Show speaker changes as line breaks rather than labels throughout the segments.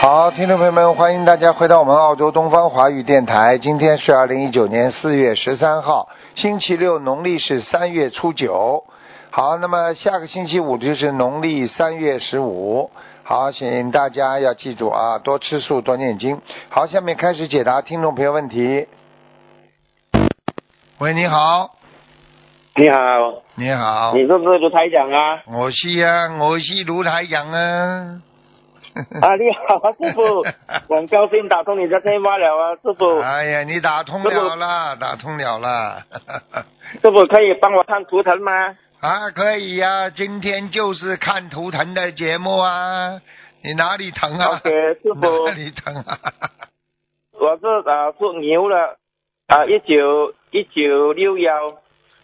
好，听众朋友们，欢迎大家回到我们澳洲东方华语电台。今天是二零一九年四月十三号，星期六，农历是三月初九。好，那么下个星期五就是农历三月十五。好，请大家要记住啊，多吃素，多念经。好，下面开始解答听众朋友问题。喂，你好，
你好，
你好，
你是不是卢台长啊？
我是啊，我是卢台长啊。
啊，你好啊，师傅，我很高兴打通你的电话了啊，师傅，
哎呀，你打通了啦，打通了啦。
师傅可以帮我看图腾吗？
啊，可以呀、今天就是看图腾的节目啊。你哪里疼啊
OK，师傅
哪里疼啊？
我是啊属牛的，啊一九一九六
啊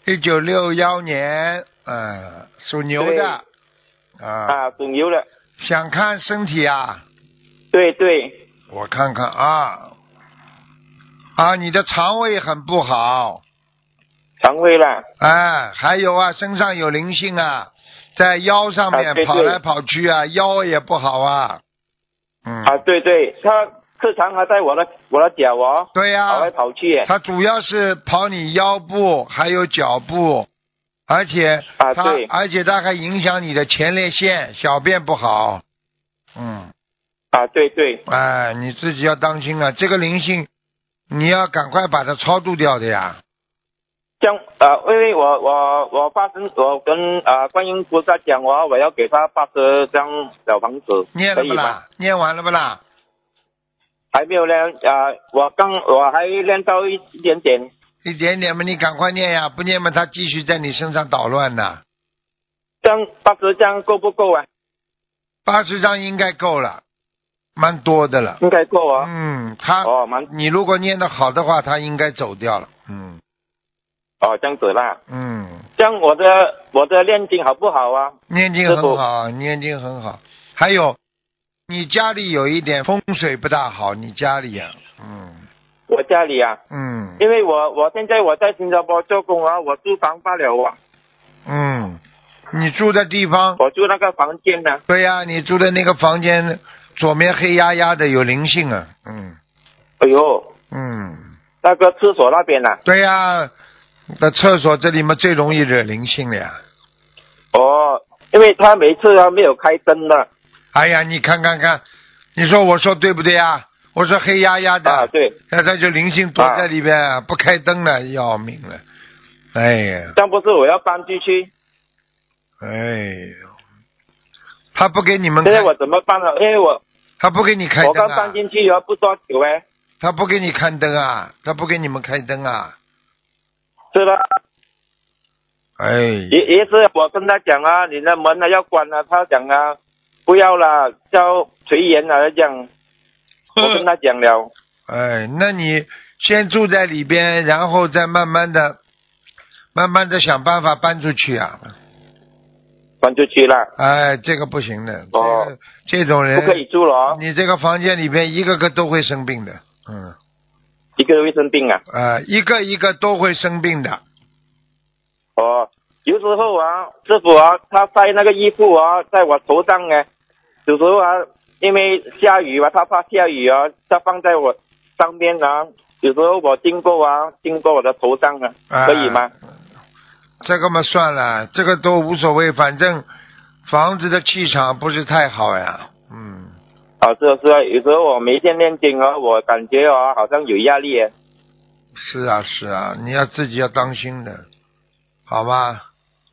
幺
一九六幺年，嗯，属牛的，啊，
啊属牛的，
想看身体啊？
对对，
我看看啊，啊，你的肠胃很不好，
肠胃啦，
哎，还有啊，身上有灵性啊，在腰上
啊
面
对
跑
对
来跑去啊，腰也不好啊，嗯，
啊对对，他时常还在我的我的脚哦，
对啊呀、
跑来跑去 耶，
它主要是跑你腰部还有脚部，而且它、
啊对
而且它还影响你的前列腺，小便不好。嗯，
啊对对，
哎，你自己要当心啊！这个灵性，你要赶快把它超度掉的呀。
像啊因为我我我发生我跟啊观音菩萨讲我我要给他八十张小房子，
念了
可以
不
吗？
啦？念完了不啦？
还没有练啊、呃我刚我还练到一点点
一点点嘛，你赶快念呀！不念嘛，它继续在你身上捣乱呢。
这样八十这样够不够啊？
八十张应该够了，蛮多的了。
应该够啊。
嗯，它
哦，蛮
你如果念得好的话，它应该走掉了。嗯
哦这样子啦。
嗯。
这样我的我的练经好不好啊？
念经很好，念经很好。还有，你家里有一点风水不大好，你家里呀、嗯
我家里啊，
嗯
因为我我现在我在新加坡做工啊，我住房罢了啊，
嗯，你住的地方，
我住那个房间呢、
对呀、你住的那个房间左面黑压压的，有灵性啊，嗯
哎呦，
嗯，
那个厕所那边啊呢、
对呀、那厕所这里嘛最容易惹灵性了呀。
哦，因为他每次啊没有开灯的
哎呀，你看看看，你说我说对不对啊？我说黑压压的，
啊，对，啊
那他就灵性躲在里边，不开灯了，要命了，哎呀。
这样不是我要搬出去，
哎呦，他不给你们
现在
开，
我怎么办啊？因为我
他不给你开灯
我刚
啊
搬，进去啊不多久哎、
他不给你看灯啊，他不给你们开灯啊，
是的，
哎，
也也是我跟他讲啊，你的门呢要关了，他讲啊，不要啦，叫随缘啊，他讲，我跟他讲 了，
哎，那你先住在里边，然后再慢慢的、慢慢的想办法搬出去啊，
搬出去了，
哎，这个不行的，这
哦
个这种
不
人，
可以住了哦，
你这个房间里边一个个都会生病的，嗯，
一个人会生病啊，
啊，一个一个都会生病的，
哦，有时候啊，师傅啊，他晒那个衣服啊，在我头上哎、有时候啊，因为下雨啊，他怕下雨啊，他放在我上面啊，有时候我经过啊，经过我的头上啊，
啊
可以吗？
这个嘛算了，这个都无所谓，反正房子的气场不是太好呀。嗯，
啊，是啊是啊，有时候我每天念经啊，我感觉啊，好像有压力耶。
是啊是啊，你要自己要当心的，好吧？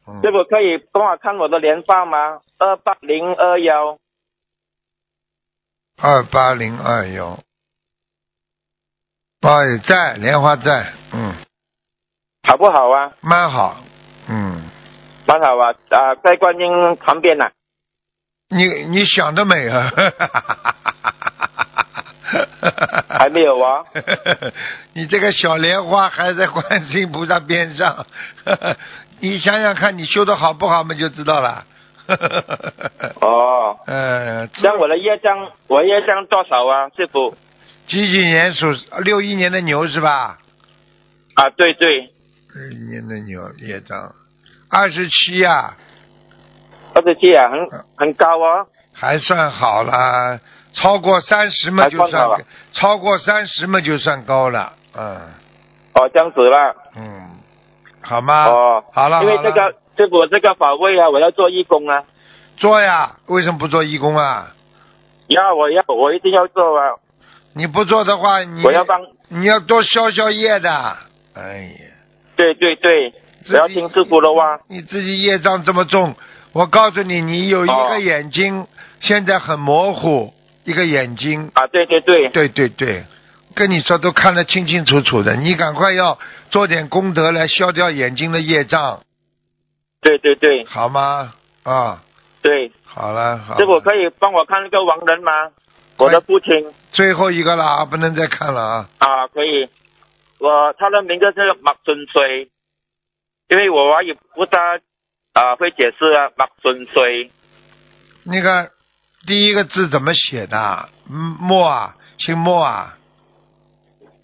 嗯
师，傅可以帮我看我的莲花吗？二八零二幺，
二八零二幺，八也在，莲花在，嗯，
好不好啊？
蛮好，嗯，
蛮好啊，啊，在观音旁边呐、啊
你你想得美啊！
还没有啊？
你这个小莲花还在观世音菩萨边上， 你想想看，你修的好不好嘛，就知道了。
哦，
呃，
像我的业障，我业障多少啊？师傅
几几年属六一年的牛是吧？
啊，对对，
六一年的牛业障，二十七呀，嗯
二十七啊，很很高啊。
还算好啦。超过三十嘛
还
就
放
算
大了
超过三十嘛就算高了，嗯
哦，这样子啦，
嗯，好吗？
哦，
啊好了，
因为
好了
这个这我这个法位啊，我要做义工啊，
做呀，为什么不做义工啊？
要我要我一定要做啊，
你不做的话，你
我要帮，
你要多消消业的。哎呀，
对对对，
自己
我要听师傅的话，
你自己业障这么重，我告诉你，你有一
哦
个眼睛、现在很模糊，一个眼睛，
啊，对对对，
对对对，跟你说都看得清清楚楚的，你赶快要做点功德来消掉眼睛的业障，
对对对
好吗？啊，
对，
好了，好了
师傅可以帮我看那个亡人吗？我的父亲
最后一个了啊，不能再看了啊。
啊，可以，我他的名字是马春水，因为我华语不大啊会解释啊，马春水。
那个第一个字怎么写的啊？嗯墨啊，姓墨啊。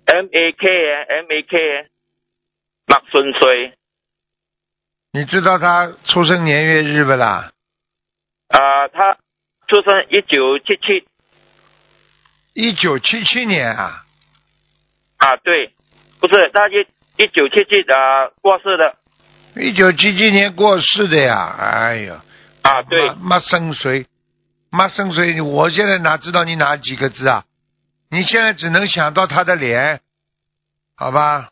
M A K 啊，M A K 啊，麦顺水
你知道他出生年月日不啦？
啊、他出生一九七七
一九七七年啊，
啊，对，不是他一一九七七啊过世的
一九七七年过世的呀。哎呦，
啊，对
妈，妈生谁？妈生谁？我现在哪知道你哪几个字啊？你现在只能想到他的脸，好吧？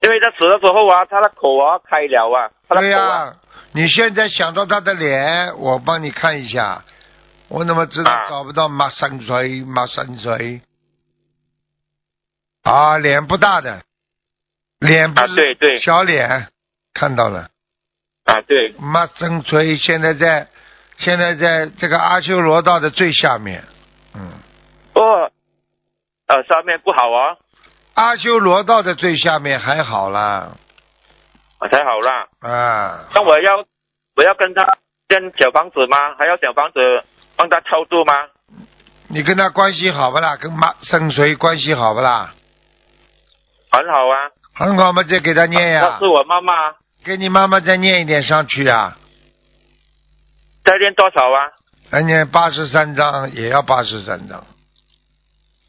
因为他死的时候啊，他的口啊开了啊，他的
对
口
呀、
啊，
你现在想到他的脸，我帮你看一下。我怎么知道
啊
找不到马三水？马三水啊，脸不大的，脸不
啊
是、
对对
小脸，看到了。
啊对
马三水现在在，现在在这个阿修罗道的最下面。嗯，
哦，呃上面不好啊，
阿修罗道的最下面还好啦
啊才好啦，
啊。
那我要我要跟他建小房子吗？还要小房子帮他超度吗？
你跟他关系好不啦？跟马三水关系好不啦？
很好啊，
很好嘛，再给他念呀、
那啊是我妈妈，
给你妈妈再念一点上去啊，
再练多少啊？
再念八十三章也要八十三章，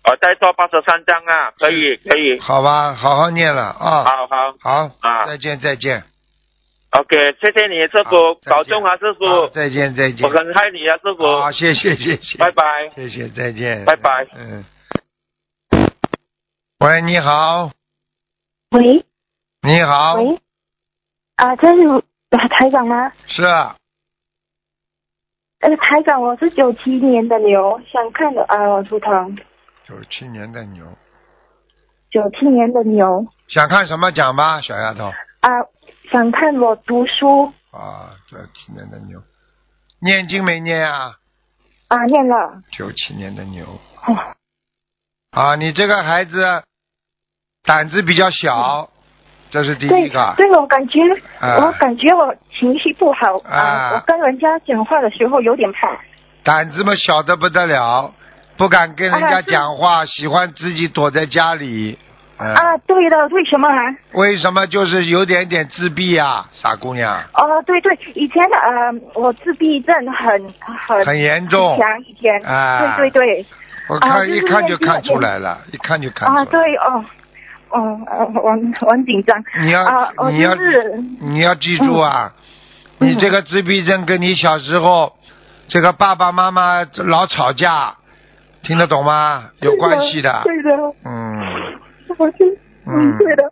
我哦再做八十三张啊，可以可以，
好吧，好好念了啊，
好好
嗯好，
啊
再见再见，
，OK，谢谢你师
好
傅，
再见
保重啊师傅，
好再见再见
我，很爱你啊师傅，
好，谢谢谢谢，
拜拜。
谢谢再见，
拜拜
嗯，喂，你好，
喂
你好，
喂，啊，这是啊台长吗？
是啊
呃，台长，我是九七年的牛，想看的啊，我图腾，
九七年的牛，
九七年的牛
想看什么讲吧，小丫头
啊，想看我读书
啊，九七年的牛，念经没念啊？
啊，念了，
九七年的牛。
哦
啊，你这个孩子胆子比较小，这是第一
对
个。
对，我感觉、
啊
我感觉我情绪不好
啊
我跟人家讲话的时候有点怕
胆子嘛小的不得了，不敢跟人家
啊是
讲话，喜欢自己躲在家里。嗯、
啊，对的，为什么啊？
为什么就是有点点自闭啊，傻姑娘，
哦，对对，以前的啊，我自闭症很很
很严重。
强，以前、
啊
对对对。
我看、
啊就是
一看就
念经
看出来了，一看就看出来了。
啊，对哦，嗯，呃我我很紧张。
你要、
啊，我
你要、
就是嗯
你要记住啊，你这个自闭症跟你小时候这个爸爸妈妈老吵架，听得懂吗？有关系的。
对的，
嗯，
我是
嗯
嗯，对的。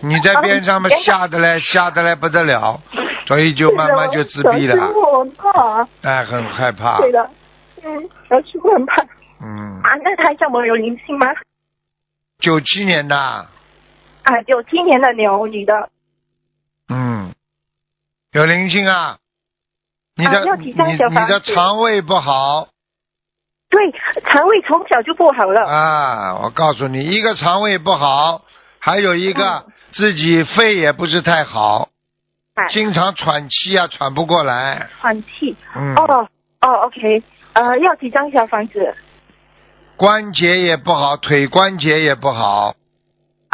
你在边上嘛
啊，
吓得嘞，吓得嘞不得了，所以就慢慢就自闭
小
了
时，候很怕，
哎，很害怕。
啊对的，嗯，小时候很怕啊。
嗯，
那台上我有灵性吗？
九七年的，
啊，九七年的牛，女的。
嗯，有灵性啊。你的、
啊要
你
几张小
你
房
的
子
肠胃不好，
对，肠胃从小就不好了。
啊，我告诉你，一个肠胃不好，还有一个自己肺也不是太好，
嗯哎
经常喘气啊，喘不过来。
喘气。
嗯，
哎哦哦，OK，呃，要几张小房子？
关节也不好，腿关节也不好，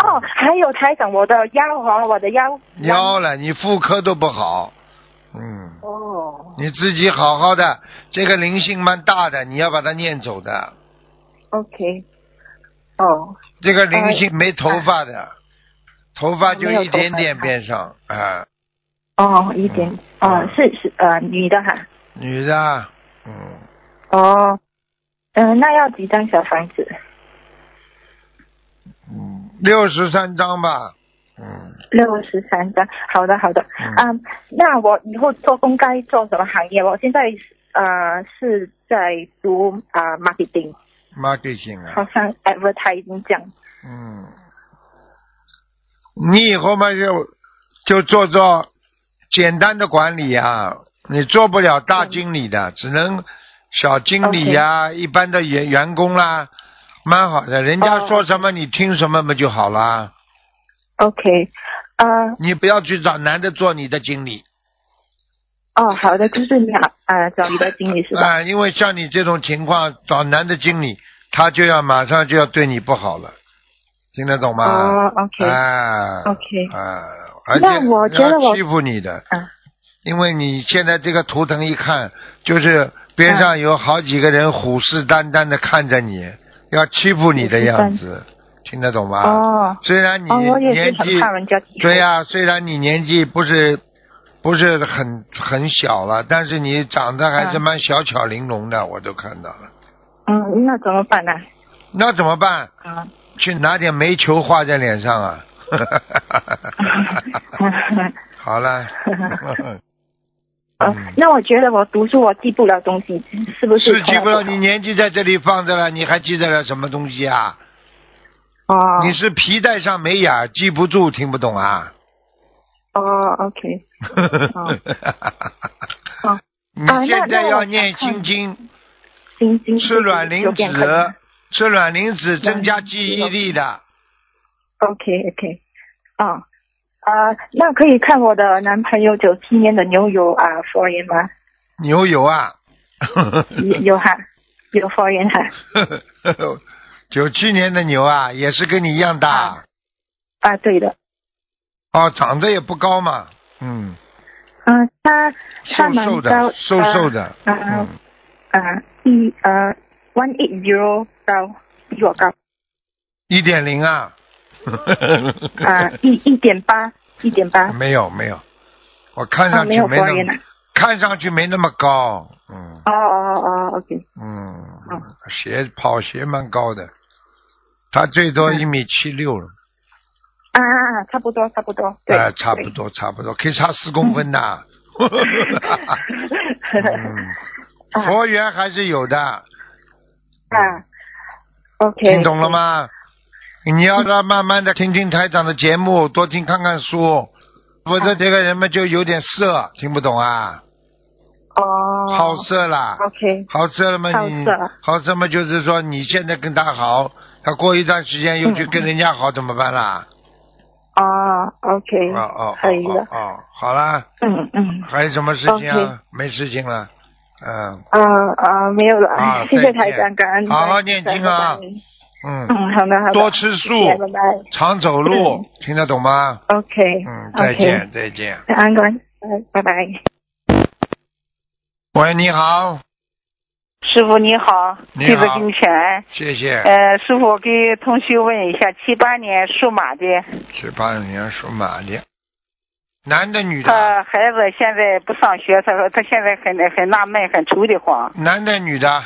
哦，还有台长，我的腰啊，我的腰
腰了，你妇科都不好。嗯，
哦
你自己好好的，这个灵性蛮大的，你要把它念走的。
，OK，哦，
这个灵性没头发的，头发就
没有
一点
呃头发
点
啊
边上啊，
哦，一点，哦，是是呃，女的哈，
女的，嗯，
哦，嗯、那要几张小房子？
六十三张吧，嗯，
六十三张，好的好的，
嗯
嗯，那我以后做工该做什么行业？我现在呃是在读啊、呃 marketing，
marketing 啊，
好像 advertising 这样。
嗯，你以后嘛就就做做简单的管理啊，你做不了大经理
嗯
的，只能小经理呀、一般的员员工啦、蛮好的。人家
哦
说什么你听什么不就好啦？
OK，呃，
你不要去找男的做你的经理
哦，好的，就是你好，呃，找你的经理是吧？
啊、因为像你这种情况找男的经理，他就要马上就要对你不好了，听得懂吗？
哦，OK，
啊
OK
啊，而且
那我觉得
人家
我
欺负你的，
啊，
因为你现在这个图腾一看，就是边
嗯
上有好几个人虎视眈眈的看着你，要欺负你的样子，听得懂吗？
嗯哦，
虽然你
哦，我也
年
是
纪
很怕人家欺负。
对呀、虽然你年纪不是不是很很小了，但是你长得还是
嗯
蛮小巧玲珑的，我都看到了。
嗯，那怎么办呢？
那怎么办？
啊，
去拿点煤球画在脸上啊！ 好 了，
呃，那我觉得我读书我记不了东西，是不
是记
头
不
脑
了，
好
你年纪在这里放着了，你还记得了什么东西啊？
哦，
你是皮带上没眼儿，记不住，听不懂啊？
哦，OK，哦 哦
你
啊那
现在
那我
要
想
念
看
心经，
晶晶
吃卵
有
磷
点可能
脂，吃卵磷脂增加记忆
有
力的。
OK OK，哦，呃，那可以看我的男朋友九七年的牛油啊，佛缘 吗？
牛油 啊，
有有哈，有佛缘哈
九七年的牛啊，也是跟你一样大
啊啊，对的，
哦，长得也不高嘛，嗯，
嗯、他他
瘦
蛮
瘦
高
的，瘦瘦，的，
呃
嗯
啊，啊一呃 one eight zero 高，比我高
一点零啊，
啊一一点八一点 八
没有没有，我看
啊
上
没
去
有
没
佛
那
缘
么、
啊，
看上去没那么高，嗯
哦哦哦哦，OK
嗯，
哦
鞋跑鞋蛮高的，他最多
嗯
一米七六了，
啊啊啊，差不多差不多，对，
哎，差不
对。
多差不多，可以差四公分 的。嗯，
啊
佛缘还是有的，
啊，OK，
听懂了？吗？你要让慢慢的听听台长的节目，多听看看书，否则这个人们就有点色，听不懂啊，
哦，
好色啦，
OK，
好色了嘛
好
你
色
好色嘛就是说你现在跟他好，他过一段时间又去
嗯
跟人家好怎么办啦？
哦，OK，
哦哦
可以
哦
的
哦，哦，好啦，
嗯嗯，
还有什么事情啊？没事情了，嗯
啊啊，没有
啊
了，谢
再
谢台
见
长，感恩，
好好
拜
念
拜
经啊
拜拜
嗯，
嗯，好的好的，
多吃
谢谢
素，
拜拜
常走路，听得懂吗？
，OK，
嗯，再见再见。
，OK，感恩感恩，拜拜拜。
喂，你好，
师傅你好，
你
弟子
好
给你请安。
谢谢。
呃，师傅，我给同学问一下，七八年属马的，
去八年属马的，男的女的？
他呃孩子现在不上学，他说他现在很很纳闷，很愁得慌。
男的女的？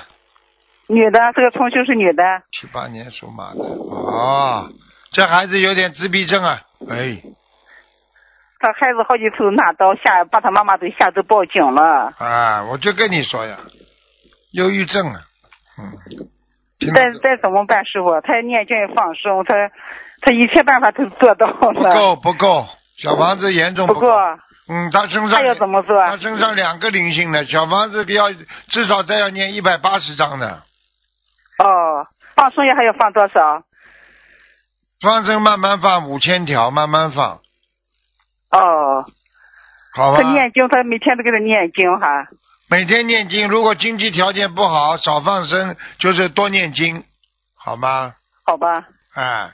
女的，这个同学是女的，
七八年属马的。哦，这孩子有点自闭症啊。哎，
他孩子好几次拿刀吓，把他妈妈都吓得报警了。
啊，我就跟你说呀，忧郁症啊。嗯。听得
再再怎么办，师傅？他念经也放生，他他一切办法都做到
不
了，
够不够，小房子严重
不
够。
过
嗯，他身
他要怎
上
么做？
他身上两个灵性呢，小房子要至少再要念一百八十章呢。
哦，放生也还要放多少？
放生慢慢放，五千条慢慢放，
哦，
好吧？
他念经，他每天都给他念经哈。
每天念经，如果经济条件不好，少放生，就是多念经，好吗？
好吧，
哎，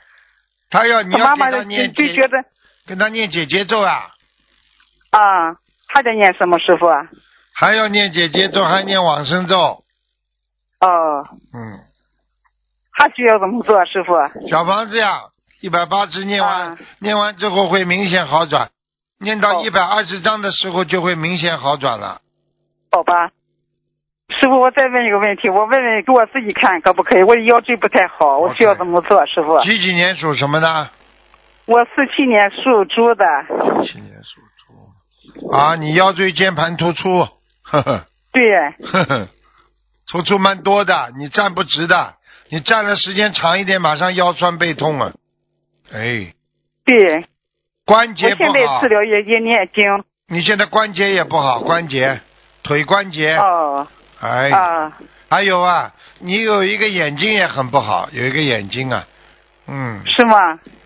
他要你
他
要
妈
给
妈
他
就
念
就觉
解，
得
跟他念解节奏啊，
啊，还得念什么师傅？
还要念姐姐咒，还念往生咒。
哦，
嗯，
还需要怎么做，师傅？
小房子呀，一百八十念完，
啊
念完之后会明显好转，念到
哦
一百二十章的时候就会明显好转了。
好吧。师傅，我再问一个问题，我问问给我自己看可不可以？我的腰椎不太好，我需要怎么做，师傅？
几几年属什么的？
我四七年属猪的，
几几年属猪。啊，你腰椎间盘突出， 呵呵
对，
呵呵，突出蛮多的，你站不直的，你站的时间长一点，马上腰酸背痛了。哎，
对，
关
我
节不
现在
好
治，疗也也念经。
你现在关节也不好，关节、腿关节，
哦，
哎，
啊，
还有啊，你有一个眼睛也很不好，有一个眼睛啊，嗯，
是吗？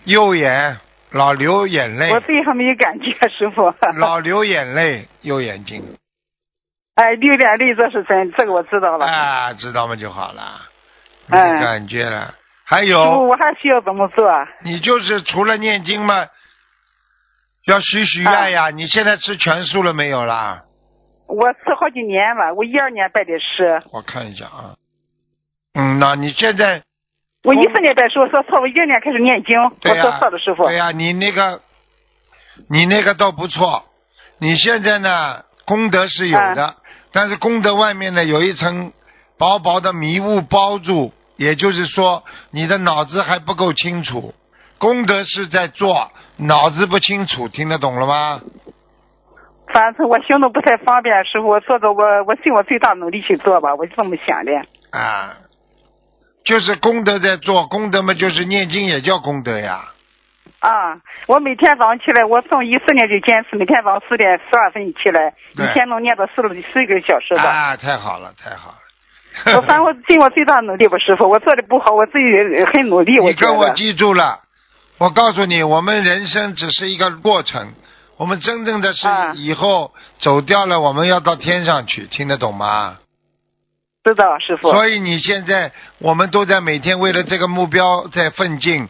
右眼老流眼泪
我，自己还没有感觉，师傅。
哎老流眼泪，右眼睛。
哎，流眼泪这是真，这个我知道了。
啊，知道吗就好了，没
哎
感觉了。还
师傅，
有，
我还需要怎么做？
你就是除了念经嘛，要许许愿呀。你现在吃全素了没有啦？
我吃好几年了，我一二年拜的师，
我看一下啊。嗯，那你现在
我一四年拜师，我说错，我一二年开始念经，
对
我
呀、
说错了，师傅。
对呀、你那个，你那个倒不错。你现在呢，功德是有的，
嗯
但是功德外面呢有一层薄薄的迷雾包住，也就是说你的脑子还不够清楚。功德是在做，脑子不清楚，听得懂了吗？
反正我行动不太方便，师傅，我做做我我尽我最大努力去做吧，我就这么想的。
啊，就是功德在做，功德嘛就是念经也叫功德呀。
啊，我每天早上起来，我从一四年就坚持每天早上四点十二分起来，
对
一天能念到四十四个小时吧。
啊，太好了，太好了。
我反正我尽我最大努力吧，师傅，我做的不好，我自己也很努力，
你
觉
跟我
得。
记住了，我告诉你，我们人生只是一个过程，我们真正的是
啊
以后走掉了，我们要到天上去，听得懂吗？
知道，师傅。
所以你现在，我们都在每天为了这个目标在奋进，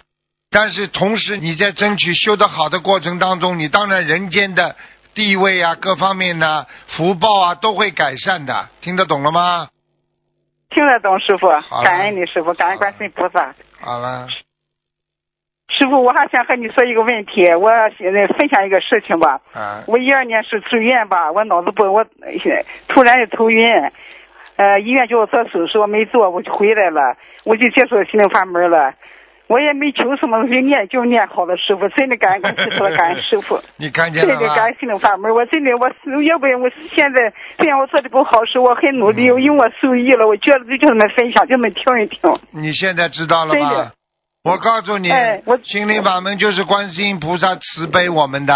但是同时你在争取修得好的过程当中，你当然人间的地位啊，各方面呢、福报啊都会改善的，听得懂了吗？
听得懂，师傅
好了，
感恩你，师傅，感恩
好了
观世音菩萨。
好了，
师傅，我还想和你说一个问题，我现在分享一个事情吧。
啊，
我一二年是住院吧，我脑子不，我呃突然就头晕，呃，医院叫我做手术，我没做，我就回来了，我就接触心灵法门了，我也没求什么东西，念就念好了，师傅，真的感恩，感恩，感恩师傅。
你看 见
真
了
的
吗？
感恩心灵法门，我真的我是要不然我现在虽然我做的不好，是我很努
嗯
力，因为我受益了，我觉得就这么分享，就这么听一听。
你现在知道了
对
吗
的？
我告诉你，
哎我
心灵法门就是观世音菩萨慈悲我们的，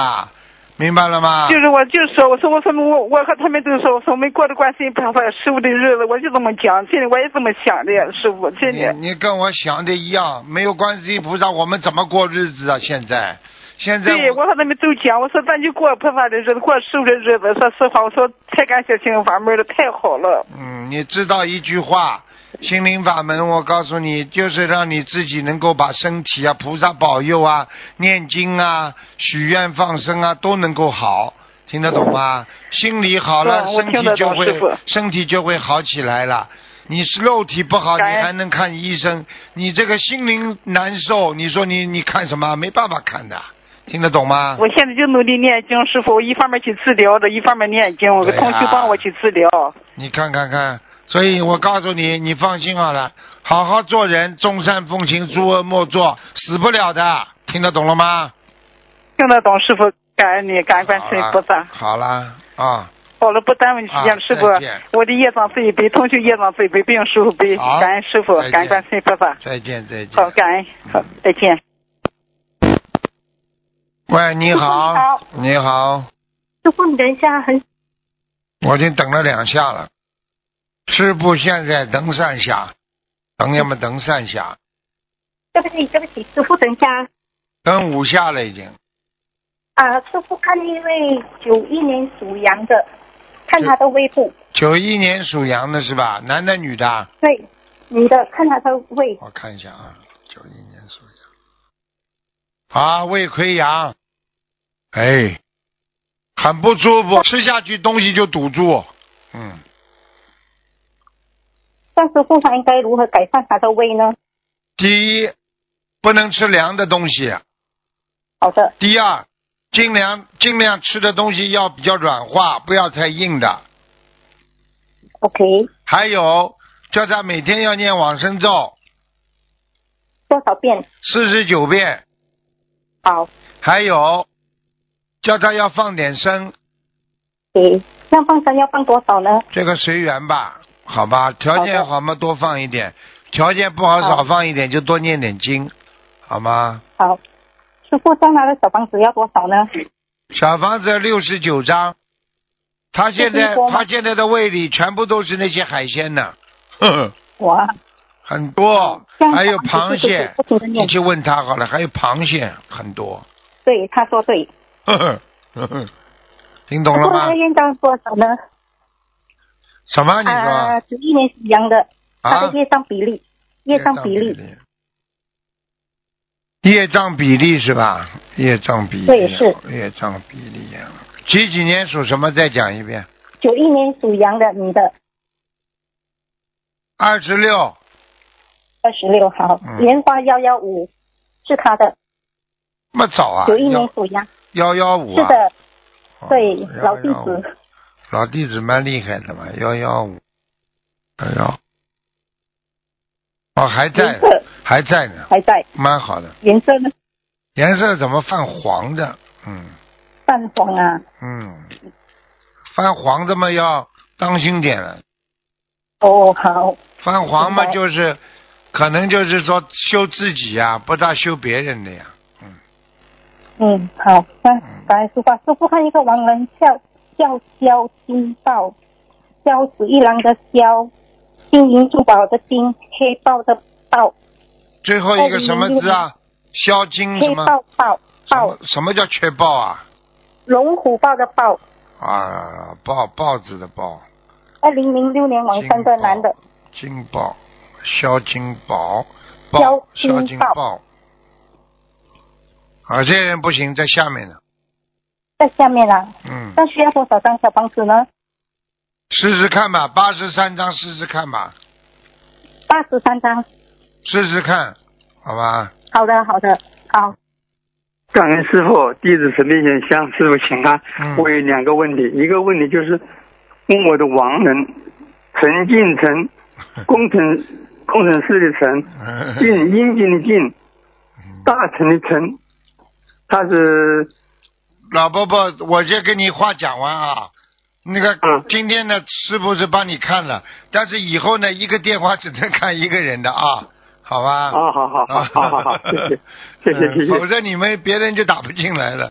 明白了吗？
就是我就是说，我说我说我我和他们都说，我说我们过的观世音菩萨师傅的日子，我就这么讲，真的我也这么想的，师傅真的。
你你跟我想的一样，没有观世音菩萨，我们怎么过日子啊？现在，现在
对，我和他们都讲，我说咱就过菩萨的日子，过师傅的日子。说实话，我说太感谢心灵法门了，太好了。
嗯，你知道一句话，心灵法门，我告诉你，就是让你自己能够把身体啊、菩萨保佑啊、念经啊、许愿放生啊，都能够好，听得懂吗？心里好了，
嗯我
身
听
体
得
就
懂师
会
傅
身体就会好起来了。你是肉体不好，你
感恩
还能看医生；你这个心灵难受，你说你你看什么？没办法看的，听得懂吗？
我现在就努力念经，师傅，我一方面去治疗的，一方面念经，我
对呀
同学帮我去治疗。
你看看看，所以我告诉你，你放心好了，好好做人，众善奉行，诸恶莫作，死不了的，听得懂了吗？
听得懂，师傅，感恩你，感恩观世音菩萨。
好啊啦，啊，
好了，不耽误你时间
啊
了，师傅
再见。
我的业障自己背，同学业障自己背，不用师傅背。
好
感恩师傅
再见，
感恩观世音菩萨。
再见再见
好，。感恩，好，再见。
喂，你好
你好，
你好，
师傅，你等一下，很
我已经等了两下了，师傅现在等三下，等要么等三下，
对不起，对不起，师傅，等一下
等五下了已经。
啊，师傅看一位九一年属羊的，看他的胃部，
九一年属羊的是吧？男的女的啊？
对，女的看他的胃，
我看一下啊，九一年属羊，啊，胃溃疡，哎，很不舒服，吃下去东西就堵住。嗯，
但是妇他应该如何改善他的胃呢？
第一，不能吃凉的东西；
好的，
第二，尽量尽量吃的东西要比较软化，不要太硬的。
，OK，
还有，叫他每天要念往生咒
多少遍？
四十九遍，
好
还有，叫他要放点生，
，OK，那放生要放多少呢？
这个随缘吧，好吧？条件
好的
好嘛，多放一点；条件不好，
好
少放一点，就多念点经，好吗？
好，师傅送他的小房子要多少呢？
小房子六十九张，他现
这
在
是多吗
他现在的胃里全部都是那些海鲜 呢，呵呵，
哇，
很多
嗯这，样
哦还有
小房
螃
子就是
蟹
不，停的
你
念，
去问他好了，还有螃蟹很 多，
对，他说对。
呵呵，呵呵，听
不
懂了
过
吗
他？应该多少呢？
什么？你
啊，
说
十一年属羊的，他
啊
的？业障比例，业障比例，，
业障比例是吧？业障比例，啊
对是
业障比例啊。几几年属什么？再讲一遍。
九一年属羊的女的，
二十六，
二十六号
嗯，
莲花幺幺五是他的，
那么早啊？
九一年属羊，
幺幺五
是
啊？
的，
哦
对，
115
老弟子，
老弟子蛮厉害的嘛，幺幺五，幺幺，哦，还在
颜，色
还在呢，
还在，
蛮好的。
颜色呢
颜色怎么泛黄的？嗯
泛黄啊，
嗯，泛黄的嘛要当心点啊了。
哦，好，
泛黄嘛
明白
就是，可能就是说修自己呀、不大修别人的呀。
嗯，好，那感恩师傅，师傅看一个王人叫叫萧金豹，萧子一郎的萧，金银珠宝的金，黑豹的豹，
最后一个什么字
哦
啊？消金什
黑
么？
豹豹
什
豹
么，什么叫缺报啊？
龙虎豹的豹。
啊，报报纸的报。
二零零六年往生的男的，
金宝，萧金宝，
萧
宝，
金宝
萧金宝。啊，这人不行，在下面呢。
在下面啦。
嗯，
那需要多少张小房子呢？
试试看吧，八十三张试试看吧，
八十三张。
试试看，好吧？
好的，好的，啊好。
感恩师傅，弟子陈立贤向师傅请安。
嗯
我有两个问题，一个问题就是问我的亡人陈进成，
嗯
工程工程师的陈，进阴茎的进，大成的成，他是
老伯伯，我先跟你话讲完啊。那个
嗯，
今天呢，师傅是帮你看了，但是以后呢，一个电话只能看一个人的啊，好吧？
啊，好好好好好 好，谢谢谢谢谢
嗯否
谢。
则你们别人就打不进来了。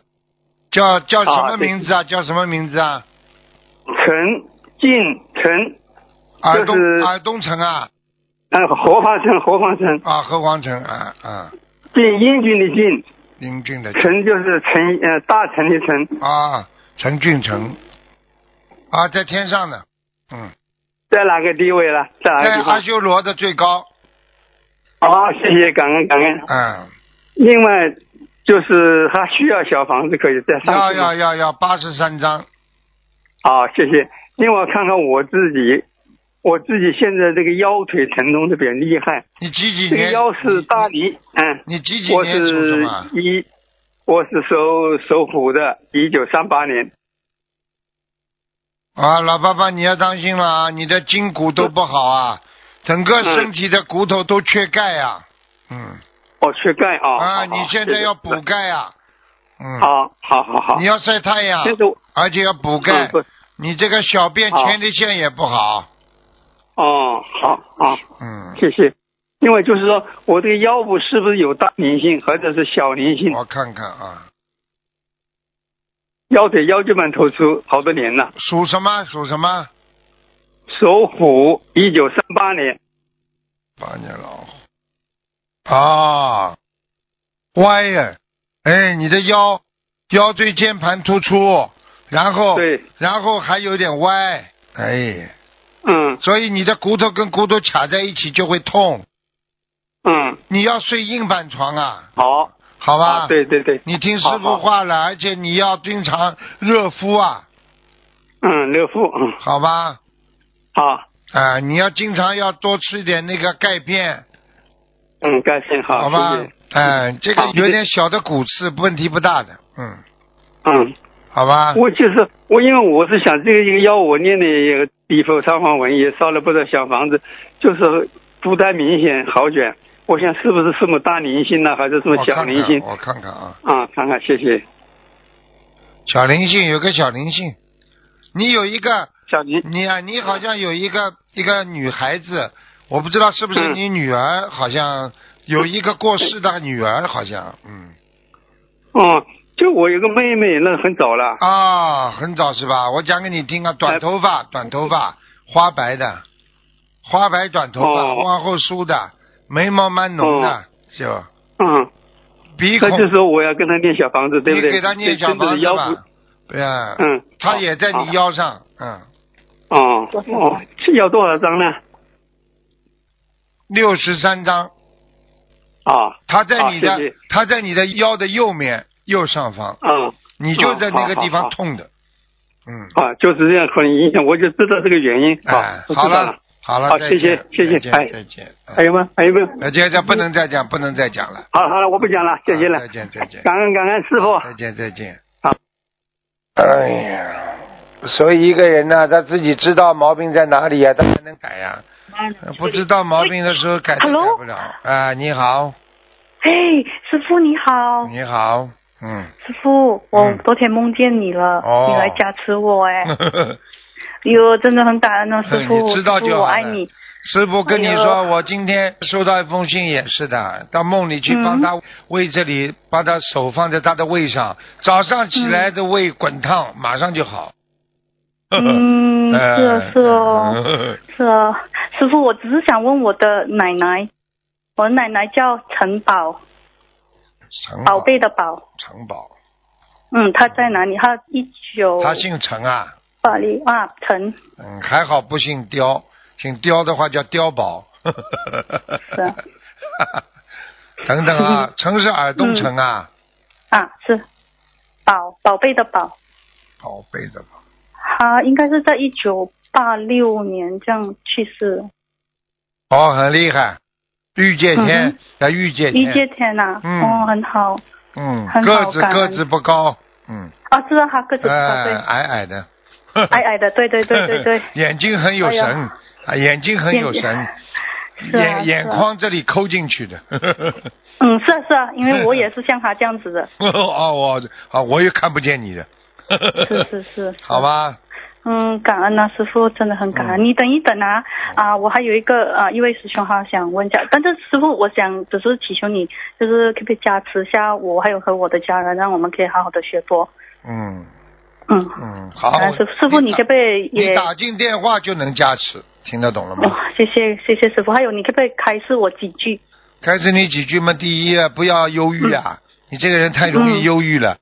叫叫什么
啊对
名字啊？叫什么名字啊？
陈进成，
尔东
就是
尔东城啊
嗯，何方成何方成，
啊，河黄城啊啊，
进阴茎的进，
英俊的
成就是陈呃大成的成，
哎啊，陈俊成啊，在天上呢，嗯，
在哪个地位了？在哪个
在
地
哎阿
方？
修罗的最高，
啊，谢谢感恩感恩。
嗯，
另外，就是他需要小房子可以再上
要
去
要
吗。
要要八十三章，
好，谢谢。另外看看我自己，我自己现在这个腰腿疼痛特别厉害，
你几几
这个
年？
腰是大理，嗯，
你几几
我
年啊属什
是
么？
一，我是属属虎的，一九三八年。
啊，老爸爸，你要当心了啊！你的筋骨都不好啊，整个身体的骨头都缺钙啊。嗯
哦，缺钙啊！
啊，
好
你现在要补。钙啊。嗯，
好好好好
你。要晒太阳
现，在我
而且要补
嗯
钙
不。
你这个小便
好
前列腺也不好。
哦，好好，
嗯，
谢谢。另外就是说，我这个腰部是不是有大灵性或者是小灵性？
我看看啊，
腰腿腰椎盘突出好多年了，
属什么？属什么？
属虎，一九三八年。
八年老虎。啊，歪呀！哎，你的腰腰椎间盘突出，然后
对，
然后还有点歪，哎，
嗯
所以你的骨头跟骨头卡在一起就会痛。
嗯，
你要睡硬板床啊，
好，
好吧？
啊，对对对，
你听师傅
好好
话了，而且你要经常热敷啊，
嗯，热敷，嗯，
好吧？
好，
啊、你要经常要多吃点那个钙片，
嗯，感谢，好，
好吧
谢谢？
哎、这个
好
有点小的骨刺，问题不大的，嗯，
嗯，
好吧？
我就是我，因为我是想这个一个药，我念的也礼佛三黄文也烧了不少小房子，就是孤单明显好转。我想是不是什么大灵性呢，还是什么
我
小
看
灵
看，
性
我看看啊，
啊？看看，谢谢。
小灵性有个小灵性，你有一个，
小灵，
你啊，你好像有一个一个女孩子，我不知道是不是
嗯
你女儿，好像有一个过世的女儿，好像，嗯，
哦，就我有个妹妹，那很早了。
啊，很早是吧？我讲给你
哎
听啊，短头发，短头发，花白的，花白短头发，
哦
往后梳的，眉毛蛮浓的，是吧？
嗯，
鼻孔
那，就是说我要跟她念小房子，对不对？
你给他念小
对
房
真的
子
腰
吧
部，，
对啊，
嗯，
他也在
好
你。腰上，嗯，
哦哦，是要多少张呢？
六十三章，
啊
他在你
好
的
谢谢
他在你的腰的右面右上方，
嗯。
你就在那个地
好好
方
好
痛的，嗯，
啊，就是这样，可能影响，我就知道这个原因。啊
哎，
我
好
知道
了。，好了，
好
再
谢谢
见
谢谢
再
哎
见，再见，
还
哎，
有吗？还有没有？
再见，这不能再讲，不能再讲了，
好了好了，我不讲了，谢谢了。
啊再见再见
感恩感恩师傅。
再见再见。
好。
哎呀，所以一个人呢，他自己知道毛病在哪里呀、他才能改呀、呃不知道毛病的时候改都改
嗯 Hello？
不了。啊，你好，
哎，师傅你好，
你好，嗯，
师傅，我
嗯
昨天梦见你了，
哦
你来加持我哎， 哟，真的很感恩哦，师
你
傅，
知道
师
就
傅
好
我爱
了
你，
师傅跟你
哎
说，我今天收到一封信，也是的，到梦里去帮
嗯
他胃这里，把他手放在他的胃上，早上起来的胃滚烫，马上就好。
嗯，
哎
是哦是哦，是哦，师傅，我只是想问我的奶奶，我的奶奶叫陈 宝，
哦城
宝贝的宝，
城堡，
嗯，她在哪里？她一九
他姓陈啊，
八零啊，陈
嗯，还好不姓刁，姓刁的话叫刁宝。
啊
等等 啊，城是尔东城啊，
啊是宝宝贝的宝，
宝贝的宝，
她应该是在一九八六年这样去世，
哦，很厉害，御界
嗯
天，叫御界
一界
天，
天呐、
嗯
哦，很好。
嗯，
很好
个子
感
个
恩
子不高，嗯。
啊，是啊，哈个子不高，
哎，
对，
矮矮的，
矮矮的，对对对对对，
眼睛很有
哎呀
神，啊，眼睛很有
眼睛
神，
是啊
眼眼
是啊
眶这里抠进去的。
嗯，是啊是啊，因为我也是像他这样子的，
哦，我啊，我也看不见你的。
是是是，
好吧，嗯
嗯，感恩啊，师傅，真的很感恩。你等一等啊，啊，我还有一个啊，一位师兄哈，想问一下，但是师傅，我想只是祈求你，就是可不可以加持一下我，还有和我的家人，让我们可以好好的学佛。
嗯
嗯，
嗯，好
啊，。师师傅，你
打
可不可以
你
也？
打进电话就能加持，听得懂了
哦
吗？，
谢谢谢谢师傅，还有你可不可以开示我几句？
开始你几句嘛，第一啊不要忧郁啊， 你这个人太容易忧郁
嗯
了，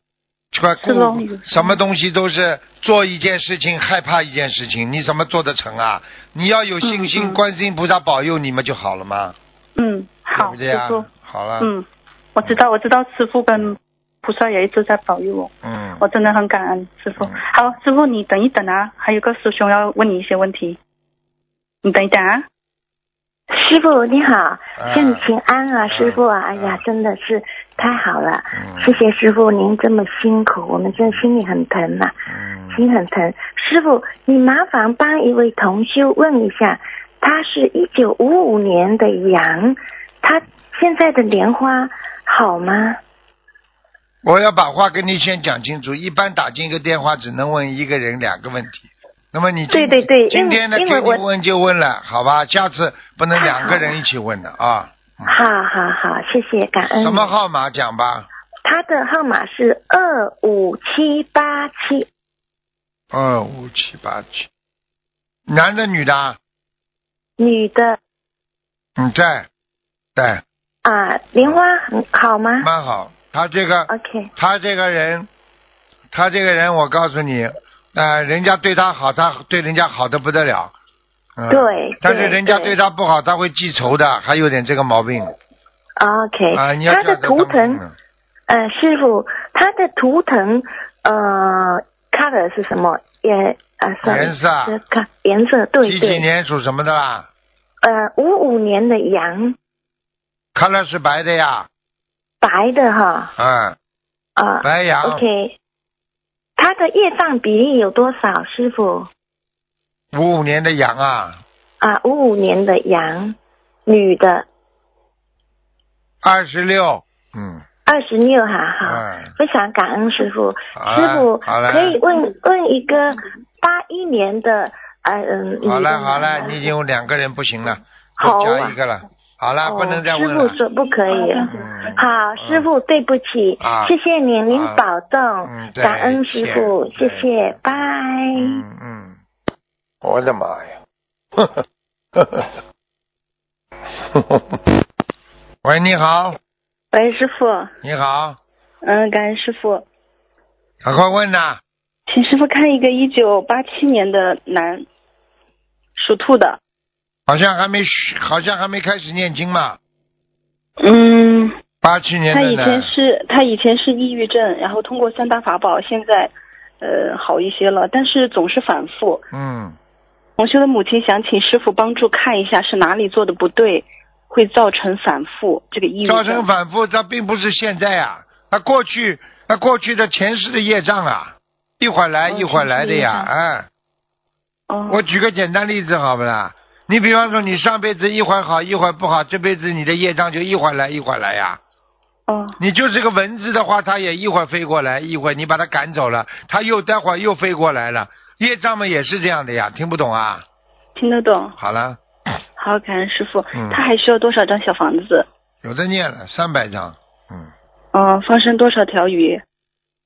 快
是咯
顾什么东西都是做一件事情害怕一件事情，你怎么做得成啊？你要有信心，
嗯嗯
观世音菩萨保佑你们就好了嘛，
嗯，
对
好，
不对
师
啊
傅，？
好了，
嗯，我知道，我知道，师傅跟菩萨也一直在保佑我，
嗯
我真的很感恩师傅。
嗯
好，师傅你等一等啊，还有个师兄要问你一些问题，你等一等啊。
师傅你好
啊，
向你请安啊，
嗯
师傅啊，哎呀
嗯，
真的是太好了，
嗯
谢谢师傅您这么辛苦，我们真心里很疼呐、
嗯，
心很疼。师傅，你麻烦帮一位同修问一下，他是一九五五年的羊，他现在的莲花好吗？
我要把话跟你先讲清楚。一般打进一个电话只能问一个人两个问题，那么你今
对对对因为
今天呢
因
给
为
你
我
问就问了，好吧？下次不能两个人一起问了啊。
好好好，谢谢，感恩。
什么？号码讲吧？
他的号码是二五七八七，
二五七八七，男的女的啊？
女的
嗯，在，在，
啊，莲花
嗯
很好吗
蛮好。他这个，
？OK，
他这个人，他这个人，我告诉你，呃，人家对他好，他对人家好的不得了。嗯、
对
但是
对
人家
对
对他不好，他会记仇的，还有点这个毛病
OK，
啊！你要
他的
晓得
图
毛病
腾
呢
呃，师傅，他的图腾呃，color 是什么？颜呃，sorry，
颜色啊
是看颜色，对
几几
对。
年属什么的啦？
呃，五五年的羊，
看来是白的呀，
白的哈
嗯，
啊。
白羊
OK，他的业障比例有多少，师傅？
五五年的羊啊，
啊，五五年的羊，女的，
二十六，嗯，
二十六哈，好，
嗯，
非常感恩师傅。
好
师傅
嘞，好嘞，
可以问问一个八一年的呃嗯，
好
了
了好
了
了，，你已经有两个人不行了，
好
多
啊
加一个了。好了，啊不能再问
哦、师
了
傅。说不可以。
嗯，
好，师傅，对不起，
啊
谢谢您，您
啊
保重，
嗯再
感恩师傅，
见
谢
再
谢
见，
拜。
嗯嗯，我的妈呀！ 呵呵呵呵呵呵喂，你好，
喂，师傅，
你好，
嗯，感恩师傅，
赶快问呐！
请师傅看一个一九八七年的男，属兔的，
好像还没学，好像还没开始念经嘛。
嗯，
八七年
他
的
以前
呢，
是他以前是抑郁症，然后通过三大法宝，现在呃好一些了，但是总是反复。
嗯，
同修的母亲想请师傅帮助看一下是哪里做的不对，会造成反复这个抑郁
造成
症。
反复，它并不是现在啊，它过去，它过去的前世的业障啊，一会儿来
哦
一会儿来的呀，哎。
哦，
我举个简单例子好不啦？你比方说，你上辈子一会儿好一会儿不好，这辈子你的业障就一会儿来一会儿来呀。
哦
你就是个蚊子的话，它也一会儿飞过来，一会儿你把它赶走了，它又待会儿又飞过来了。业障嘛也是这样的呀，听不懂啊？
听得懂。
好了，
好，感恩师傅。
嗯
他还需要多少张小房子？
有的念了三百张，嗯，
嗯，放生多少条鱼？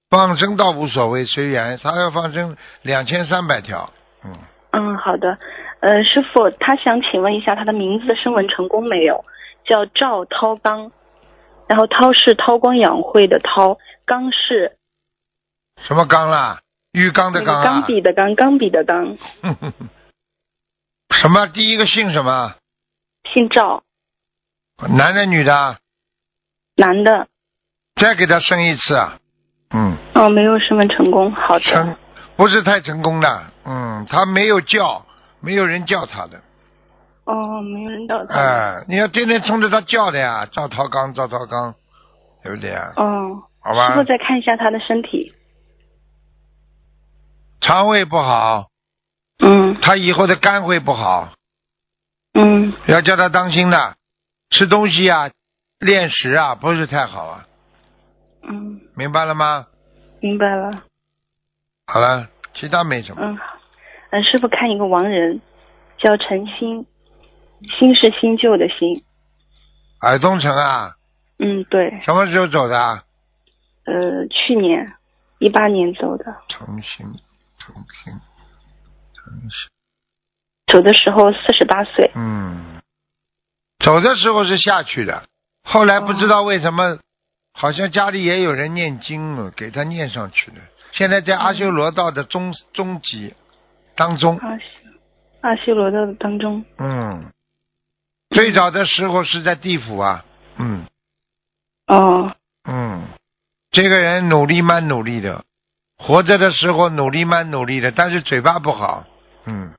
放生倒无所谓，随缘。他要放生两千三百条，嗯，
嗯，好的。呃，师傅，他想请问一下，他的名字声纹成功没有？叫赵涛刚，然后涛是韬光养晦的韬，刚是
什么缸啦？浴缸
那
的
个
缸
钢
啊？
笔的钢，钢笔的钢，
什么？第一个姓什么？
姓赵，
男的女的啊？
男的。
再给他生一次啊，嗯，
哦，没有声纹成功。好
成
的，
不是太成功的，嗯，他没有叫，没有人叫他的，
哦，没有人到他。
哎、你要天天冲着他叫的呀，赵涛刚，赵涛刚，对不对啊？
哦，
好
师傅
吧，
再看一下他的身体。
肠胃不好，
嗯
他以后的肝会不好，
嗯
要叫他当心的，吃东西啊，练食啊，不是太好啊，
嗯，
明白了吗？
明白了。
好了，其他没什么，
嗯，嗯，师傅看一个亡人，叫陈新，新是新旧的新。
耳东城啊，
嗯，对，
什么时候走的啊？
呃，去年一八年走的，
重新，重新，重新。
走的时候四十八岁。
嗯，走的时候是下去的，后来不知道为什么，好像家里也有人念经了，给他念上去的。现在在阿修罗道的中、中级当中，
阿修阿修罗道当中，
嗯，最早的时候是在地府啊，嗯
哦，
嗯，这个人努力蛮努力的，活着的时候努力蛮努力的，但是嘴巴不好，嗯，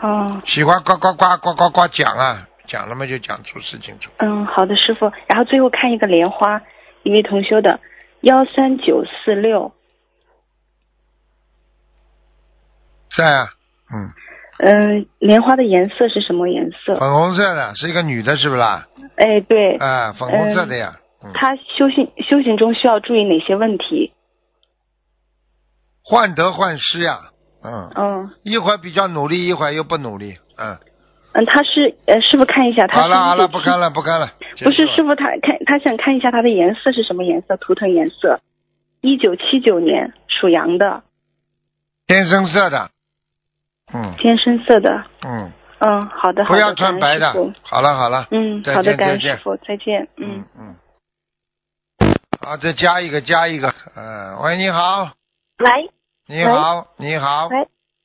哦，
喜欢呱呱呱呱呱呱讲啊，讲了嘛就讲出事情出，
嗯，好的，师傅。然后最后看一个莲花，一位同修的幺三九四六，
在啊，嗯。
嗯，莲花的颜色是什么颜色？
粉红色的，是一个女的，是不啦？
哎，呃对，呃
啊，粉红色的呀。嗯，
他修行修行中需要注意哪些问题？
患得患失呀。嗯，
嗯
一会儿比较努力，一会儿又不努力。嗯，
嗯，他是呃，师傅看一下他
好
是
了好了，
1977
不看了不看了。
不
结
是师
束了
傅，他看他想看一下它的颜色是什么颜色，图腾颜色。一九七九年属羊的，
天生色的。嗯
天深色的。
嗯，
嗯，好的，好
不
的。
要穿白的
感恩师。
好了好了
傅。嗯，
再见
好的，
再
感恩
见
师傅，再见。嗯，
嗯。好，再加一个加一个。嗯，喂，你好，
喂
你好，你好。
喂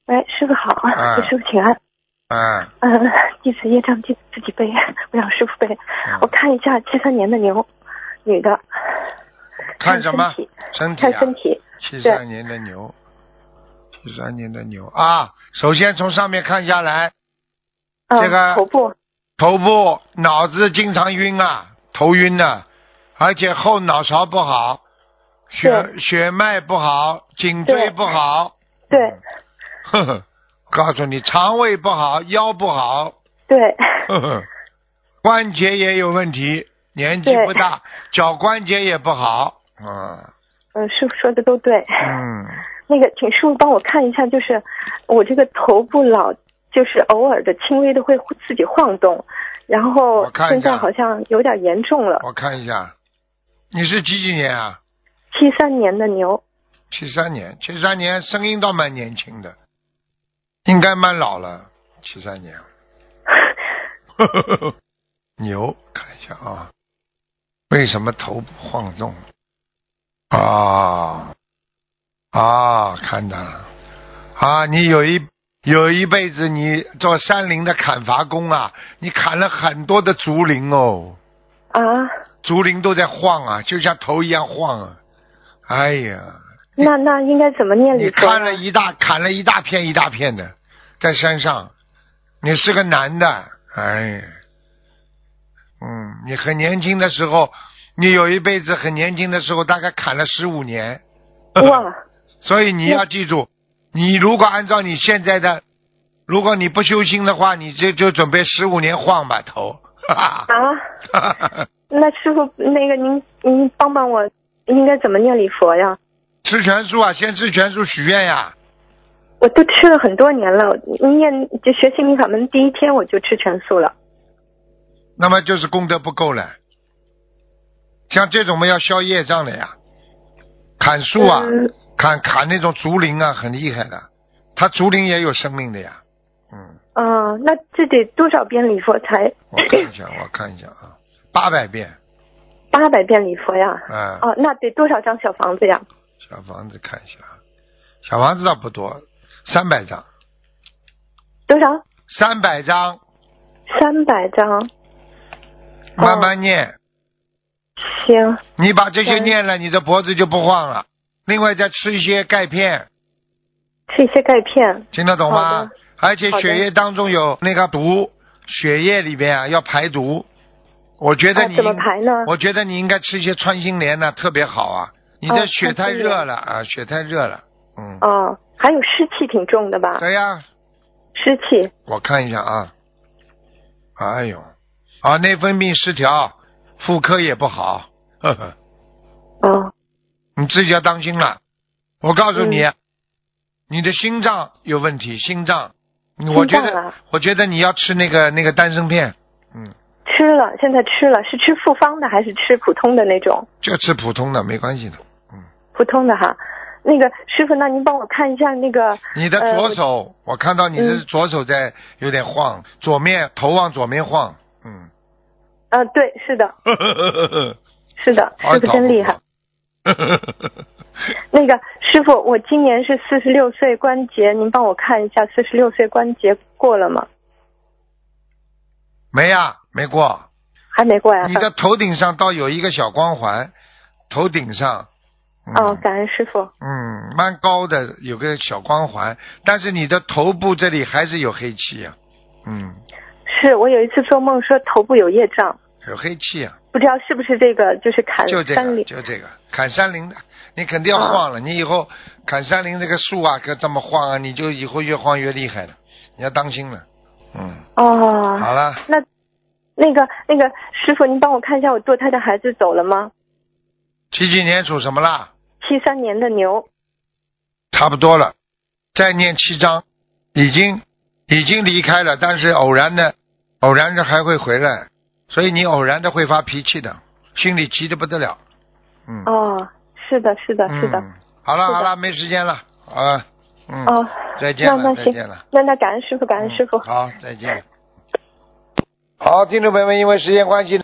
喂，哎师傅好，
啊
给师傅请安。
嗯，
嗯，弟子业障自自己
嗯
背，不让师傅背。我看一下七三年的牛，女的，
看什么
身体？
身体
看
啊，
身体，
七
对
三年的牛，七三年的牛啊！首先从上面看下来，
嗯，
这个
头部，
头部、脑子经常晕啊，头晕呐、而且后脑勺不好，血血脉不好，颈椎
对
不好，嗯
对
呵呵，告诉你，肠胃不好，腰不好，
对
呵呵，关节也有问题，年纪
对
不大，脚关节也不好，啊，
嗯，师傅说的都对。
嗯，
那个，请师傅帮我看一下，就是我这个头部老就是偶尔的轻微的会自己晃动，然后
看一
现
下哦
在好像有点严重了。
我看一下，你是几几年啊？
七三年的牛，
七三年，七三年声音倒蛮年轻的，应该蛮老了。七三年，啊 牛，看一下啊，为什么头不晃动？啊啊，看到了啊！你有一有一辈子你做山林的砍伐工啊，你砍了很多的竹林哦，
啊，
竹林都在晃啊，就像头一样晃啊！哎呀，
那那应该怎么念
你
礼佛
看
呢？
了一大砍了一大片一大片的，在山上，你是个男的，哎，嗯，你很年轻的时候，你有一辈子很年轻的时候，大概砍了十五年，
哇，
所以你要记住，你如果按照你现在的，如果你不修心的话，你就就准备十五年晃吧头，哈
啊，
哈哈 哈，
那师傅那个您您帮帮我，应该怎么念礼佛呀？
吃全素啊，先吃全素许愿呀、
我都吃了很多年了，念就学心灵法门第一天我就吃全素了。
那么就是功德不够了。像这种嘛，要消业障的呀，砍树啊，
嗯
砍砍那种竹林啊，很厉害的。它竹林也有生命的 呀。嗯，
啊，那这得多少遍礼佛才
我看一下，我看一下啊，八百遍
八百遍礼佛呀？
啊、
哦，那得多少张小房子呀？
小房子看一下，啊，小房子倒不多，三百张，
多少？
三百张，
三百张。
慢慢念。
行，
你把这些
哦对
念了，你的脖子就不晃了。另外再吃一些钙片，
吃一些钙片。
听得懂
好
吗
的？
而且
好的
血液当中有那个毒，血液里边啊要排毒。我觉得
啊
你、
怎么排呢？
我觉得你应该吃一些穿心莲呢，特别好啊。你
哦
的血太
穿心莲
热了、啊，血太热了。嗯，
哦，还有湿气挺重的吧？
对呀、
湿气。
我看一下啊。哎呦，啊，内分泌失调，妇科也不好，呵呵，
哦，
你自己要当心了。我告诉
嗯
你，你的心脏有问题，心脏，我觉
心脏
得
啊，
我觉得你要吃那个那个丹参片，嗯，
吃了，现在吃了，是吃复方的还是吃普通的那种？
就吃普通的没关系的。
普通的哈。那个师傅，那您帮我看一下那个
你的
呃
左手，我看到你的
嗯
左手在有点晃，左面头往左面晃， 嗯，
呃，对，是的，是的，
哎好
师傅真厉害。。那个师傅，我今年是四十六岁关节，您帮我看一下四十六岁关节过了吗？
没呀、没过。
还没过呀、
你的头顶上倒有一个小光环，头顶上。嗯、
哦，感恩师傅。
嗯，蛮高的，有个小光环，但是你的头部这里还是有黑气呀、嗯，
是我有一次做梦说头部有业障，
有黑气呀、
不知道是不是这个，就是砍
就这
山
个，
里。哦
就这个，砍山林的，你肯定要晃了，你以后砍山林这个树啊，可这么晃啊，你就以后越晃越厉害了，你要当心了，嗯，
哦，
好了，
那那个那个师傅，您帮我看一下我堕胎的孩子走了吗？
几几年属什么啦？
七三年的牛，
差不多了，再念七章，已经已经离开了，但是偶然的，偶然的还会回来，所以你偶然的会发脾气的，心里急得不得了，嗯，
哦，是的，是的，是的，
嗯，好了
是的
好了，没时间了啊，嗯，
哦，
再见
那
了
那
再
行
见了，嗯
那那感恩师傅，感恩师傅。
好，再见。好，听众朋友们，因为时间关系呢。